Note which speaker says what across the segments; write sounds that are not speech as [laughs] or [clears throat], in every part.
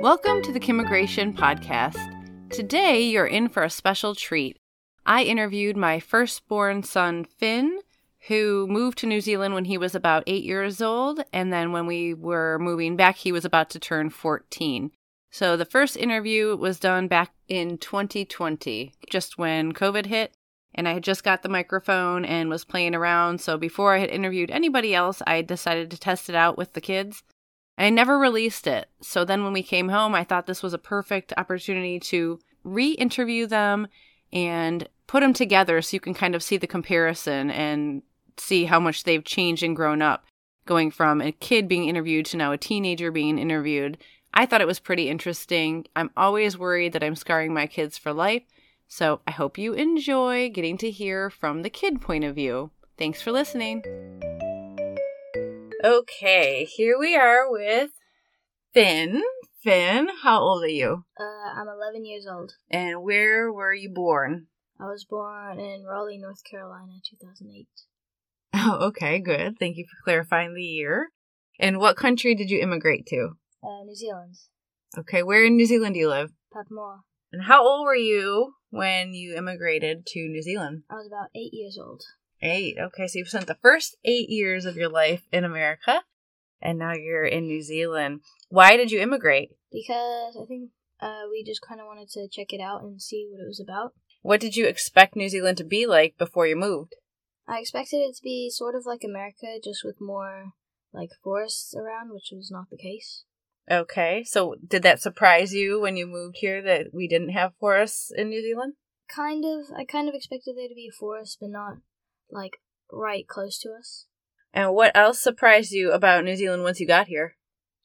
Speaker 1: Welcome to the Kimmigration Podcast. Today, you're in for a special treat. I interviewed my firstborn son, Finn, who moved to New Zealand when he was about eight years old. And then when we were moving back, he was about to turn 14. So the first interview was done back in 2020, just when COVID hit. And I had just got the microphone and was playing around. So before I had interviewed anybody else, I decided to test it out with the kids. And I never released it. So then when we came home, I thought this was a perfect opportunity to re interview them and put them together so you can kind of see the comparison and see how much they've changed and grown up, going from a kid being interviewed to now a teenager being interviewed. I thought it was pretty interesting. I'm always worried that I'm scarring my kids for life. So I hope you enjoy getting to hear from the kid point of view. Thanks for listening. Okay, here we are with Finn. Finn, how old are you?
Speaker 2: Uh, I'm 11 years old.
Speaker 1: And where were you born? [laughs]
Speaker 2: I was born in Raleigh, North Carolina, 2008.
Speaker 1: Oh, okay, good. Thank you for clarifying the year. And what country did you immigrate to?
Speaker 2: Uh, New Zealand,
Speaker 1: Okay, where in New Zealand do you live?
Speaker 2: Papamoa.
Speaker 1: And how old were you when you immigrated to New Zealand?
Speaker 2: I was about eight years old.
Speaker 1: Eight. Okay, so you've spent the first eight years of your life in America, and now you're in New Zealand. Why did you immigrate?
Speaker 2: Because I think uh, we just kind of wanted to check it out and see what it was about.
Speaker 1: What did you expect New Zealand to be like before you moved?
Speaker 2: I expected it to be sort of like America, just with more like forests around, which was not the case.
Speaker 1: Okay, so did that surprise you when you moved here that we didn't have forests in New Zealand?
Speaker 2: Kind of, I kind of expected there to be a forest, but not like right close to us.
Speaker 1: And what else surprised you about New Zealand once you got here?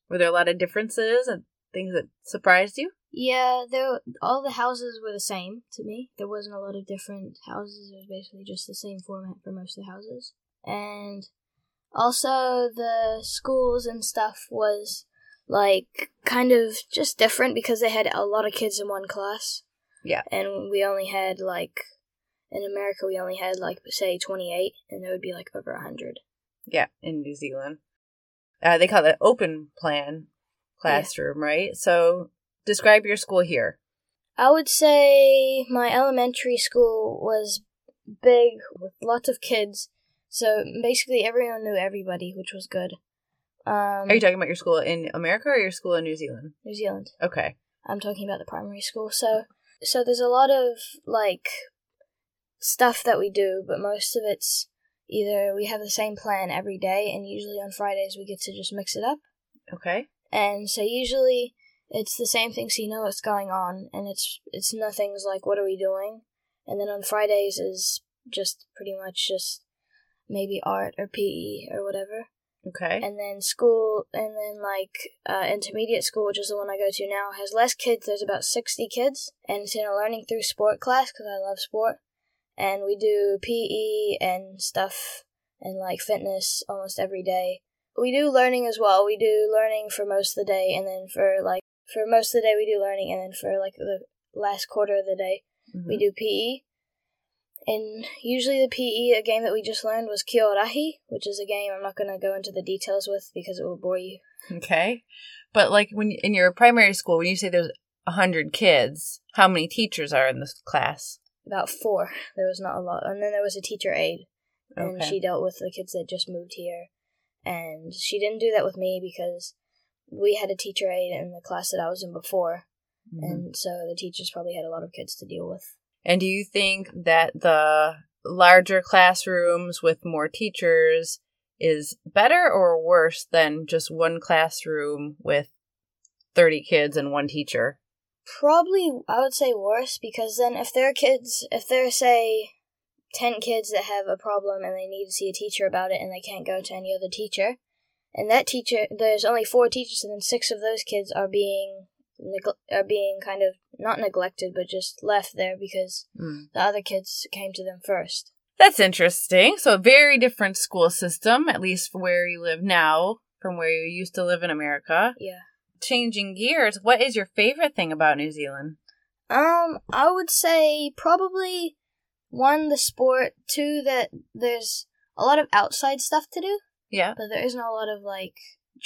Speaker 1: Were there a lot of differences and things that surprised you?
Speaker 2: Yeah, there all the houses were the same to me. There wasn't a lot of different houses. It was basically just the same format for most of the houses. And also the schools and stuff was like kind of just different because they had a lot of kids in one class.
Speaker 1: Yeah.
Speaker 2: And we only had like in America we only had like say 28 and there would be like over 100.
Speaker 1: Yeah, in New Zealand. Uh, they call it open plan classroom, right? So describe your school here.
Speaker 2: I would say my elementary school was big with lots of kids, so basically everyone knew everybody, which was good. Um,
Speaker 1: Are you talking about your school in America or your school in New Zealand?
Speaker 2: New Zealand?
Speaker 1: Okay.
Speaker 2: I'm talking about the primary school. So, so there's a lot of like stuff that we do, but most of it's either we have the same plan every day, and usually on Fridays we get to just mix it up.
Speaker 1: Okay.
Speaker 2: and so usually it's the same thing so you know what's going on and it's it's nothing's like what are we doing and then on fridays is just pretty much just maybe art or pe or whatever
Speaker 1: Okay.
Speaker 2: and then school and then like uh, intermediate school which is the one i go to now has less kids there's about 60 kids and it's in a learning through sport class because i love sport and we do pe and stuff and like fitness almost every day we do learning as well we do learning for most of the day and then for like for most of the day we do learning and then for like the last quarter of the day we
Speaker 1: Mhm.
Speaker 2: do PE. And usually the PE, a game that we just learned was Kiorahi, which is a game I'm not going to go into the details with because it will bore you.
Speaker 1: Okay. But like when you- in your primary school, when you say there's a hundred kids, how many teachers are in this class?
Speaker 2: About four. There was not a lot. And then there was a teacher aide, and
Speaker 1: Okay.
Speaker 2: she dealt with the kids that just moved here. And she didn't do that with me because we had a teacher aide in the class that I was in before,
Speaker 1: Mhm.
Speaker 2: and so the teachers probably had a lot of kids to deal with.
Speaker 1: And do you think that the larger classrooms with more teachers is better or worse than just one classroom with 30 kids and one teacher?
Speaker 2: Probably, I would say worse because then if there are kids, if there are, say, 10 kids that have a problem and they need to see a teacher about it and they can't go to any other teacher, and that teacher, there's only four teachers, and then six of those kids are being neg- are being kind of not neglected but just left there because the other kids came to them first.
Speaker 1: That's interesting. So, a very different school system, at least for where you live now from where you used to live in America.
Speaker 2: Yeah.
Speaker 1: Changing gears, what is your favorite thing about New Zealand?
Speaker 2: Um, I would say probably one the sport, two that there's a lot of outside stuff to do.
Speaker 1: Yeah.
Speaker 2: But there isn't a lot of like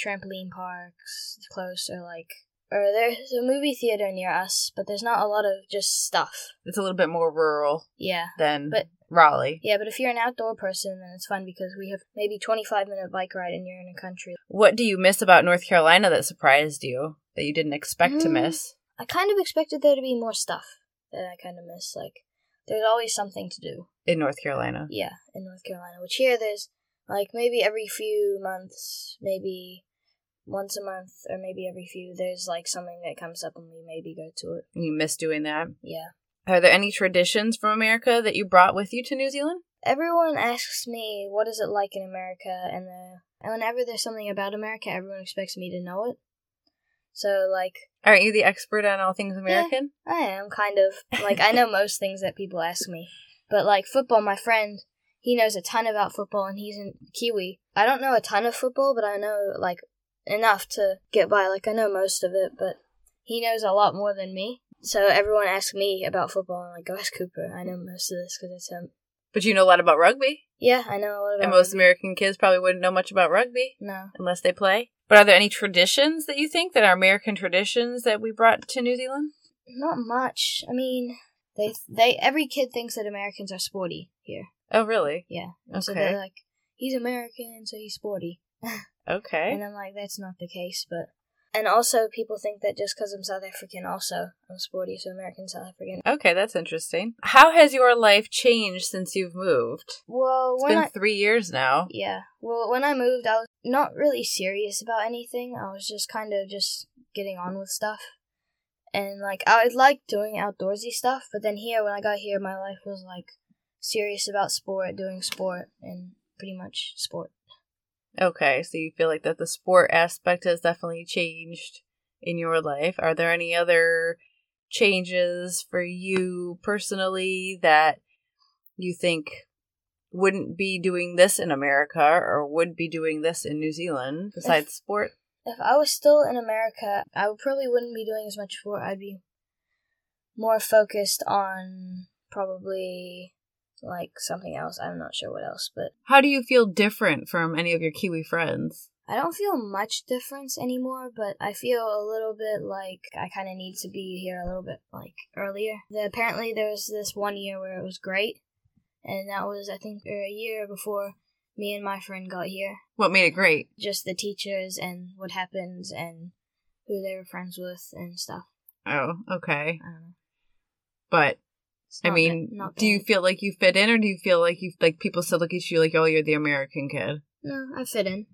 Speaker 2: trampoline parks close or like or there's a movie theater near us, but there's not a lot of just stuff.
Speaker 1: It's a little bit more rural
Speaker 2: Yeah.
Speaker 1: than
Speaker 2: But-
Speaker 1: Raleigh.
Speaker 2: Yeah, but if you're an outdoor person, then it's fun because we have maybe 25 minute bike ride and you're in a country.
Speaker 1: What do you miss about North Carolina that surprised you that you didn't expect to
Speaker 2: Mm.
Speaker 1: miss?
Speaker 2: I kind of expected there to be more stuff that I kind of miss. Like, there's always something to do.
Speaker 1: in North Carolina.
Speaker 2: Yeah, in North Carolina, which here there's like maybe every few months, maybe once a month, or maybe every few, there's like something that comes up and we maybe go to it.
Speaker 1: And you miss doing that.
Speaker 2: Yeah.
Speaker 1: Are there any traditions from America that you brought with you to New Zealand?
Speaker 2: Everyone asks me, what is it like in America? And, uh and whenever there's something about America, everyone expects me to know it. So, like,
Speaker 1: Aren't you the expert on all things American?
Speaker 2: I am kind of like I
Speaker 1: [laughs]
Speaker 2: know most things that people ask me, but like football, my friend, he knows a ton about football and he's in Kiwi. I don't know a ton of football, but I know like enough to get by. Like I know most of it, but he knows a lot more than me. So everyone asks me about football and like, go ask Cooper. I know most of this because it's him.
Speaker 1: But you know a lot about rugby.
Speaker 2: Yeah, I know a lot about.
Speaker 1: and most
Speaker 2: rugby.
Speaker 1: American kids probably wouldn't know much about rugby
Speaker 2: no,
Speaker 1: unless they play. But are there any traditions that you think that are American traditions that we brought to New Zealand?
Speaker 2: not much. I mean, they they every kid thinks that Americans are sporty here.
Speaker 1: Oh, really?
Speaker 2: Yeah.
Speaker 1: Okay.
Speaker 2: So they're like, he's American, so he's sporty.
Speaker 1: okay.
Speaker 2: And I'm like, that's not the case, but. And also, people think that just because I'm South African, also, I'm sporty, so American South African.
Speaker 1: Okay, that's interesting. How has your life changed since you've moved?
Speaker 2: Well,
Speaker 1: It's
Speaker 2: when
Speaker 1: been
Speaker 2: I.
Speaker 1: three years now.
Speaker 2: Yeah. Well, when I moved, I was not really serious about anything. I was just kind of just getting on with stuff. And, like, I like doing outdoorsy stuff, but then here, when I got here, my life was, like, serious about sport, doing sport, and pretty much sport.
Speaker 1: Okay, so you feel like that the sport aspect has definitely changed in your life. Are there any other changes for you personally that you think wouldn't be doing this in America or would be doing this in New Zealand besides sport?
Speaker 2: if I was still in America, I would- probably wouldn't be doing as much sport. I'd be more focused on probably like something else. I'm not sure what else, but
Speaker 1: How do you feel different from any of your Kiwi friends?
Speaker 2: I don't feel much difference anymore. But I feel a little bit like I kind of need to be here a little bit like earlier. The, apparently, there was this one year where it was great, and that was I think er, a year before me and my friend got here.
Speaker 1: What made it great?
Speaker 2: Just the teachers and what happens and who they were friends with and stuff.
Speaker 1: Oh, okay.
Speaker 2: I don't know.
Speaker 1: But
Speaker 2: It's
Speaker 1: I
Speaker 2: not
Speaker 1: mean,
Speaker 2: bad- not
Speaker 1: do you
Speaker 2: bad.
Speaker 1: feel like you fit in or do you feel like you like people still look at you like, "Oh, you're the American kid?"
Speaker 2: No, I fit in.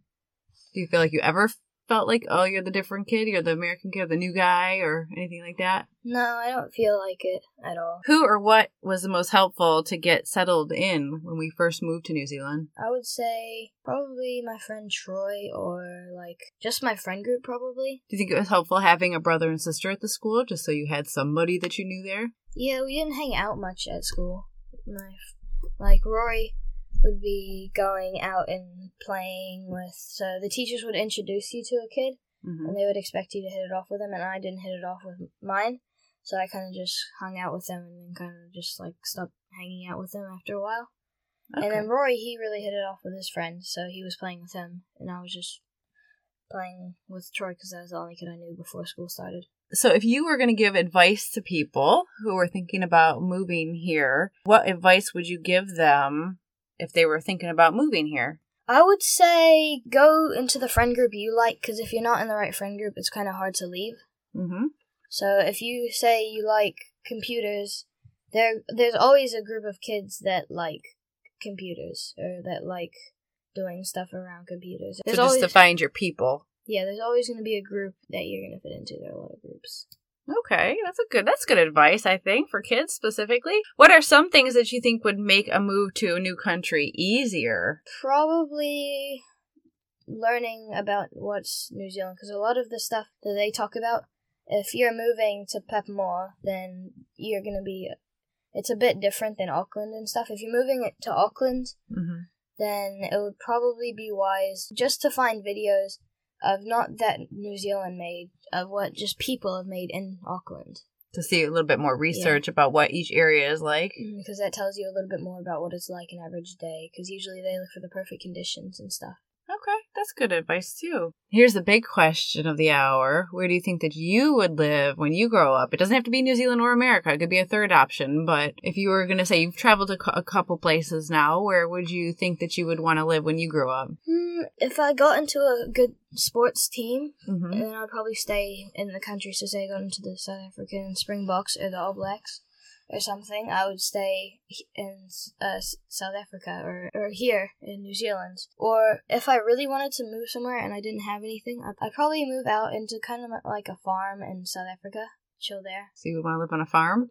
Speaker 1: Do you feel like you ever felt like, oh, you're the different kid, you're the American kid, the new guy, or anything like that?
Speaker 2: No, I don't feel like it at all.
Speaker 1: Who or what was the most helpful to get settled in when we first moved to New Zealand?
Speaker 2: I would say probably my friend Troy or like just my friend group probably.
Speaker 1: Do you think it was helpful having a brother and sister at the school just so you had somebody that you knew there?
Speaker 2: Yeah, we didn't hang out much at school. My like Rory would be going out and playing with so the teachers would introduce you to a kid
Speaker 1: Mm-hmm.
Speaker 2: and they would expect you to hit it off with them and I didn't hit it off with mine. So I kind of just hung out with them and then kind of just like stopped hanging out with them after a while. And then Rory, he really hit it off with his friend, so he was playing with him, and I was just playing with Troy because that was the only kid I knew before school started.
Speaker 1: so, if you were going to give advice to people who are thinking about moving here, what advice would you give them if they were thinking about moving here?
Speaker 2: I would say go into the friend group you like, because if you're not in the right friend group, it's kind of hard to leave.
Speaker 1: Mm-hmm.
Speaker 2: So if you say you like computers, there there's always a group of kids that like computers or that like doing stuff around computers.
Speaker 1: So,
Speaker 2: There's
Speaker 1: just
Speaker 2: always
Speaker 1: to find your people.
Speaker 2: yeah, there's always going to be a group that you're going to fit into. There are a lot of groups.
Speaker 1: Okay, that's a good that's good advice, I think, for kids specifically. What are some things that you think would make a move to a new country easier?
Speaker 2: probably learning about what's New Zealand because a lot of the stuff that they talk about, if you're moving to Pepmore, then you're gonna be. It's a bit different than Auckland and stuff. If you're moving it to Auckland,
Speaker 1: Mm-hmm.
Speaker 2: then it would probably be wise just to find videos of not that New Zealand made, of what just people have made in Auckland, [clears throat]
Speaker 1: To see a little bit more research about what each area is like.
Speaker 2: because that tells you a little bit more about what it's like an average day. Because usually they look for the perfect conditions and stuff.
Speaker 1: Okay,
Speaker 3: that's good advice too.
Speaker 1: Here's the big question of the hour. Where do you think that you would live when you grow up? It doesn't have to be New Zealand or America. It could be a third option. But if you were going to say you've traveled a, cou- a couple places now, where would you think that you would want to live when you grew up?
Speaker 4: Hmm, if I got into a good sports team,
Speaker 1: Mm-hmm.
Speaker 4: then I'd probably stay in the country. So say I got into the South African Springboks or the All Blacks or something, I would stay he- in uh, S- South Africa or, or here in New Zealand. Or if I really wanted to move somewhere and I didn't have anything, I'd, I'd probably move out into kind of like a farm in South Africa, chill there.
Speaker 1: So you would want to live on a farm?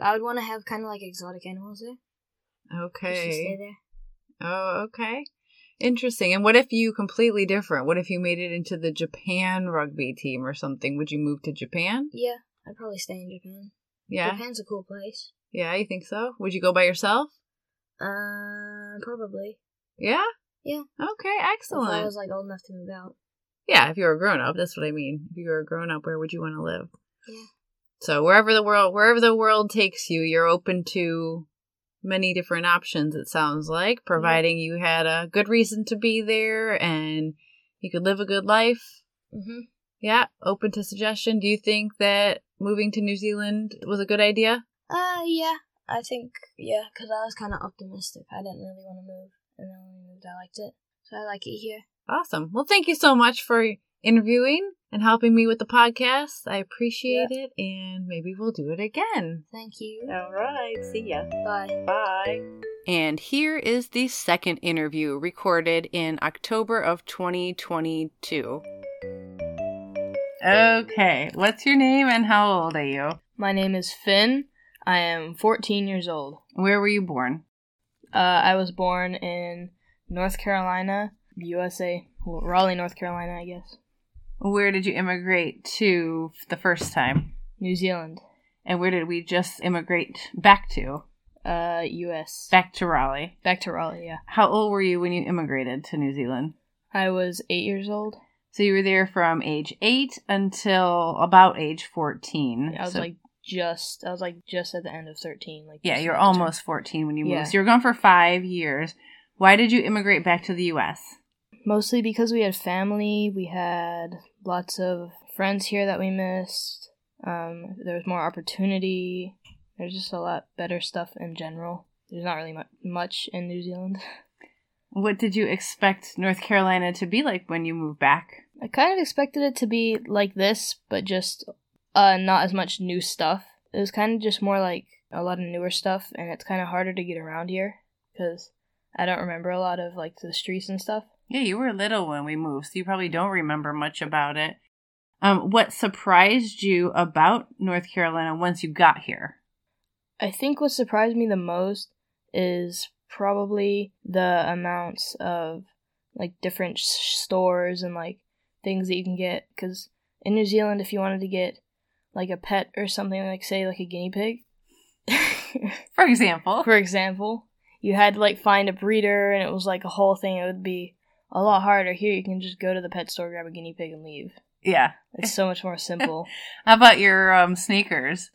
Speaker 4: I would want to have kind of like exotic animals there. Just to stay
Speaker 1: Okay.
Speaker 4: there.
Speaker 1: Oh, okay. Interesting. And what if you completely different? What if you made it into the Japan rugby team or something? Would you move to Japan?
Speaker 4: Yeah, I'd probably stay in Japan.
Speaker 1: Yeah.
Speaker 4: Japan's a cool place.
Speaker 1: Yeah, you think so? Would you go by yourself?
Speaker 4: Uh, probably.
Speaker 1: Yeah?
Speaker 4: Yeah.
Speaker 1: Okay,
Speaker 4: If I
Speaker 1: excellent.
Speaker 4: was like old enough to move out.
Speaker 1: Yeah, if you were a grown up, that's what I mean. If you were a grown up, where would you want to live?
Speaker 4: Yeah.
Speaker 1: So wherever the world wherever the world takes you, you're open to many different options, it sounds like, providing you had a good reason to be there and you could live a good life.
Speaker 2: Mm-hmm.
Speaker 4: hmm
Speaker 1: Yeah, open to suggestion. Do you think that moving to New Zealand was a good idea?
Speaker 4: Uh, yeah. I think, yeah, because I was kind of optimistic. I didn't really want to move. And then when we moved, I liked it. So I like it here.
Speaker 1: Awesome. Well, thank you so much for interviewing and helping me with the podcast. I appreciate it, and maybe we'll do it again.
Speaker 4: Thank you.
Speaker 3: All right. See ya.
Speaker 4: Bye.
Speaker 3: Bye.
Speaker 1: And here is the second interview recorded in October of 2022. Okay, what's your name and how old are you?
Speaker 2: My name is Finn. I am 14 years old.
Speaker 1: Where were you born?
Speaker 2: Uh, I was born in North Carolina, USA. Well, Raleigh, North Carolina, I guess.
Speaker 1: Where did you immigrate to f- the first time?
Speaker 2: New Zealand,
Speaker 1: And where did we just immigrate back to?
Speaker 2: uh, US.
Speaker 1: Back to Raleigh.
Speaker 2: Back to Raleigh, yeah.
Speaker 1: How old were you when you immigrated to New Zealand?
Speaker 2: I was eight years old.
Speaker 1: So you were there from age 8 until about age 14.
Speaker 2: I was
Speaker 1: So-
Speaker 2: like just, I was like just at the end of 13. Like
Speaker 1: Yeah,
Speaker 2: just
Speaker 1: you're
Speaker 2: at the turn.
Speaker 1: almost 14 when you
Speaker 2: Yeah.
Speaker 1: moved. So you were gone for five years. Why did you immigrate back to the U.S.?
Speaker 2: Mostly because we had family, we had lots of friends here that we missed. Um, there was more opportunity. There's just a lot better stuff in general. There's not really mu- much in New Zealand.
Speaker 1: What did you expect North Carolina to be like when you moved back?
Speaker 2: I kind of expected it to be like this, but just uh, not as much new stuff. It was kind of just more like a lot of newer stuff, and it's kind of harder to get around here because I don't remember a lot of like the streets and stuff.
Speaker 1: Yeah, you were little when we moved, so you probably don't remember much about it. Um, what surprised you about North Carolina once you got here?
Speaker 2: I think what surprised me the most is probably the amounts of like different sh- stores and like things that you can get because in New Zealand if you wanted to get like a pet or something like say like a guinea pig
Speaker 1: For example,
Speaker 2: [laughs] for example you had to like find a breeder and it was like a whole thing it would be a lot harder here you can just go to the pet store grab a guinea pig and leave
Speaker 1: yeah.
Speaker 2: it's so much more simple
Speaker 1: How about your um, sneakers?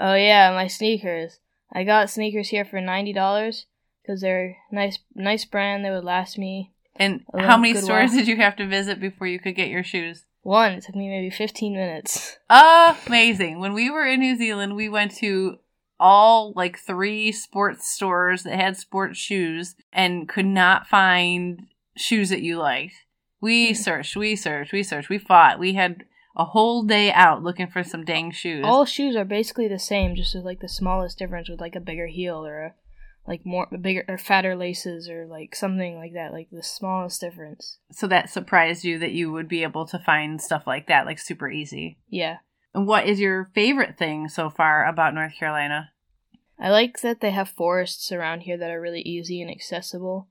Speaker 2: Oh yeah, my sneakers. I got sneakers here for ninety dollars because they're nice, nice brand. They would last me
Speaker 1: And
Speaker 2: Oh,
Speaker 1: how many
Speaker 2: good
Speaker 1: stores
Speaker 2: one.
Speaker 1: did you have to visit before you could get your shoes?
Speaker 2: one. It took me maybe fifteen minutes.
Speaker 1: amazing. When we were in New Zealand, we went to all like three sports stores that had sports shoes and could not find shoes that you liked. We
Speaker 2: Hmm.
Speaker 1: searched, we searched, we searched, we fought. We had a whole day out looking for some dang shoes.
Speaker 2: All shoes are basically the same, just with like the smallest difference with like a bigger heel or a, like more bigger or fatter laces or like something like that. Like the smallest difference.
Speaker 1: so that surprised you that you would be able to find stuff like that, like super easy.
Speaker 2: Yeah,
Speaker 1: And what is your favorite thing so far about North Carolina?
Speaker 2: I like that they have forests around here that are really easy and accessible.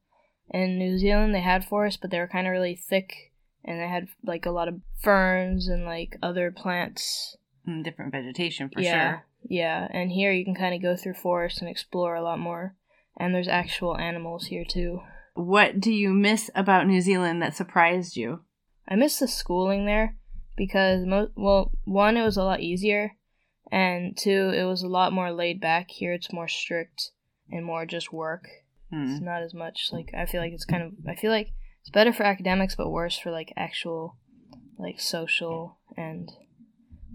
Speaker 2: In New Zealand, they had forests, but they were kind of really thick, and they had like a lot of ferns and like other plants.
Speaker 1: Mm, Different vegetation for
Speaker 2: yeah,
Speaker 1: sure.
Speaker 2: yeah. And here you can kind of go through forests and explore a lot more. And there's actual animals here too.
Speaker 1: What do you miss about New Zealand that surprised you?
Speaker 2: I miss the schooling there because mo- well, one it was a lot easier, and two it was a lot more laid back. Here it's more strict and more just work.
Speaker 1: Hmm.
Speaker 2: It's not as much like I feel like it's kind of I feel like It's better for academics, but worse for like actual, like social and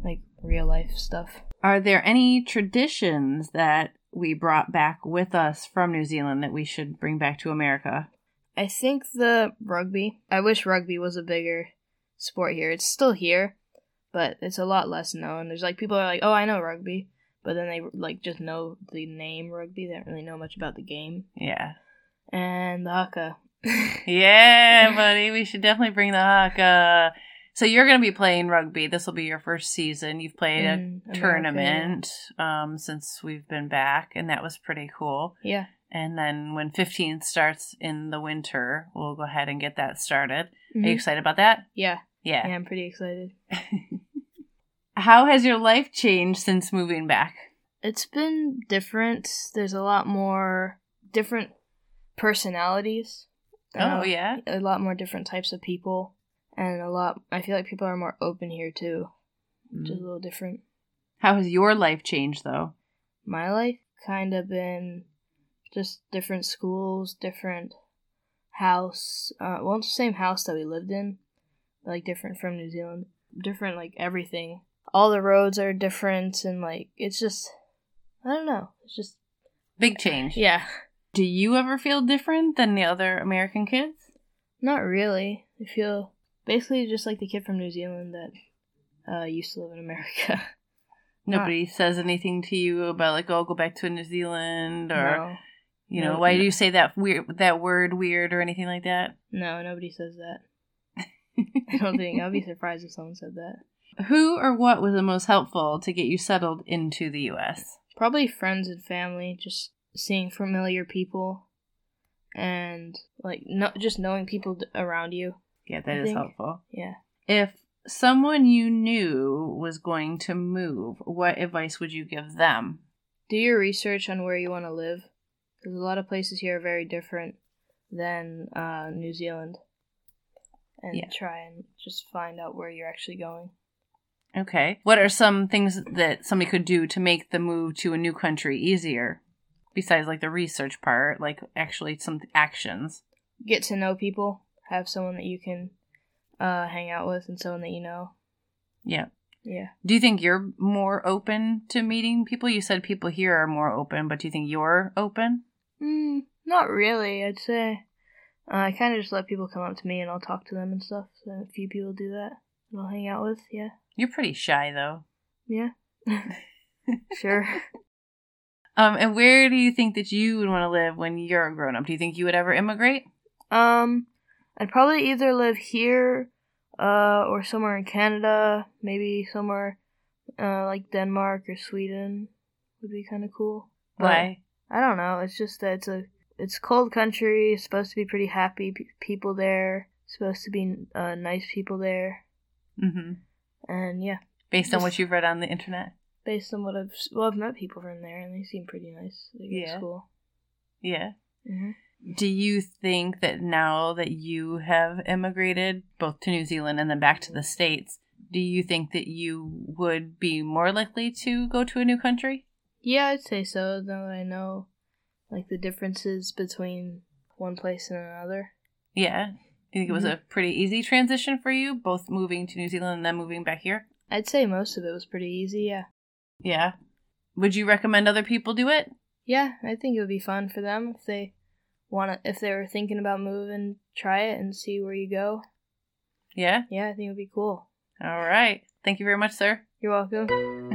Speaker 2: like real life stuff.
Speaker 1: Are there any traditions that we brought back with us from New Zealand that we should bring back to America?
Speaker 2: I think the rugby. I wish rugby was a bigger sport here. It's still here, but it's a lot less known. There's like people are like, "Oh, I know rugby," but then they like just know the name rugby. They don't really know much about the game.
Speaker 1: Yeah.
Speaker 2: And
Speaker 1: [laughs]
Speaker 2: the haka. [laughs]
Speaker 1: Yeah, buddy, we should definitely bring the haka. So you're going to be playing rugby. This will be your first season. You've played a
Speaker 2: In Mm, America.
Speaker 1: tournament um, since we've been back, and that was pretty cool.
Speaker 2: Yeah.
Speaker 1: And then when 15 starts in the winter, we'll go ahead and get that started. Are you
Speaker 2: Mhm.
Speaker 1: excited about that?
Speaker 2: Yeah.
Speaker 1: Yeah.
Speaker 2: Yeah, I'm pretty excited.
Speaker 1: [laughs] How has your life changed since moving back?
Speaker 2: It's been different. There's a lot more different personalities.
Speaker 1: oh,
Speaker 2: Uh,
Speaker 1: yeah.
Speaker 2: a lot more different types of people and a lot i feel like people are more open here too which
Speaker 1: Mm-hmm.
Speaker 2: is a little different
Speaker 1: How has your life changed, though?
Speaker 2: my life kind of been just different schools different house uh, well it's the same house that we lived in like different from new zealand different like everything all the roads are different and like it's just i don't know it's just
Speaker 1: Big change.
Speaker 2: yeah
Speaker 1: Do you ever feel different than the other American kids?
Speaker 2: Not really. I feel basically just like the kid from New Zealand that uh, used to live in America. [laughs]
Speaker 1: Nobody says anything to you about like, oh, go back to New Zealand, or
Speaker 2: no,
Speaker 1: you know,
Speaker 2: No,
Speaker 1: why
Speaker 2: no.
Speaker 1: do you say that weird that word weird or anything like that?
Speaker 2: no, nobody says that. [laughs] I don't
Speaker 1: [laughs]
Speaker 2: think I'd be surprised if someone said that.
Speaker 1: Who or what was the most helpful to get you settled into the U.S.?
Speaker 2: Probably friends and family, just seeing familiar people, and like no, just knowing people d- around you.
Speaker 1: Yeah, that
Speaker 2: I
Speaker 1: is
Speaker 2: think-
Speaker 1: helpful.
Speaker 2: Yeah.
Speaker 1: If someone you knew was going to move, what advice would you give them?
Speaker 2: do your research on where you want to live because a lot of places here are very different than uh, new zealand and
Speaker 1: Yeah.
Speaker 2: try and just find out where you're actually going
Speaker 1: Okay. What are some things that somebody could do to make the move to a new country easier? Besides like the research part, like actually some actions.
Speaker 2: get to know people have someone that you can uh, hang out with and someone that you know
Speaker 1: Yeah.
Speaker 2: yeah
Speaker 1: Do you think you're more open to meeting people? You said people here are more open, but do you think you're open?
Speaker 2: mm, not really i'd say uh, i kind of just let people come up to me and i'll talk to them and stuff so a few people do that and i'll hang out with yeah
Speaker 1: You're pretty shy though.
Speaker 2: yeah [laughs] sure
Speaker 1: Um, and where do you think that you would want to live when you're a grown up? Do you think you would ever immigrate?
Speaker 2: Um, I'd probably either live here, uh, or somewhere in Canada. Maybe somewhere, uh, like Denmark or Sweden would be kind of cool. But
Speaker 1: Why?
Speaker 2: I don't know. It's just that it's a it's cold country. It's supposed to be pretty happy pe- people there. Supposed to be uh, nice people there.
Speaker 1: Mm-hmm.
Speaker 2: And yeah,
Speaker 1: Based on
Speaker 2: Just-
Speaker 1: what you've read on the internet.
Speaker 2: based on what I've s- well, I've met people from there and they seem pretty nice. Like,
Speaker 1: Yeah.
Speaker 2: It's cool.
Speaker 1: Yeah.
Speaker 2: hmm
Speaker 1: Do you think that now that you have immigrated both to New Zealand and then back to the States, do you think that you would be more likely to go to a new country?
Speaker 2: Yeah, I'd say so. Now that I know, like the differences between one place and another.
Speaker 1: Yeah. Do you think it was a pretty easy transition for you, both moving to New Zealand and then moving back here?
Speaker 2: I'd say most of it was pretty easy. Yeah,
Speaker 1: Yeah. Would you recommend other people do it?
Speaker 2: yeah. I think it would be fun for them if they want to, if they were thinking about moving, try it and see where you go.
Speaker 1: Yeah.
Speaker 2: Yeah, I think it would be cool.
Speaker 1: All right. Thank you very much, sir.
Speaker 2: You're welcome.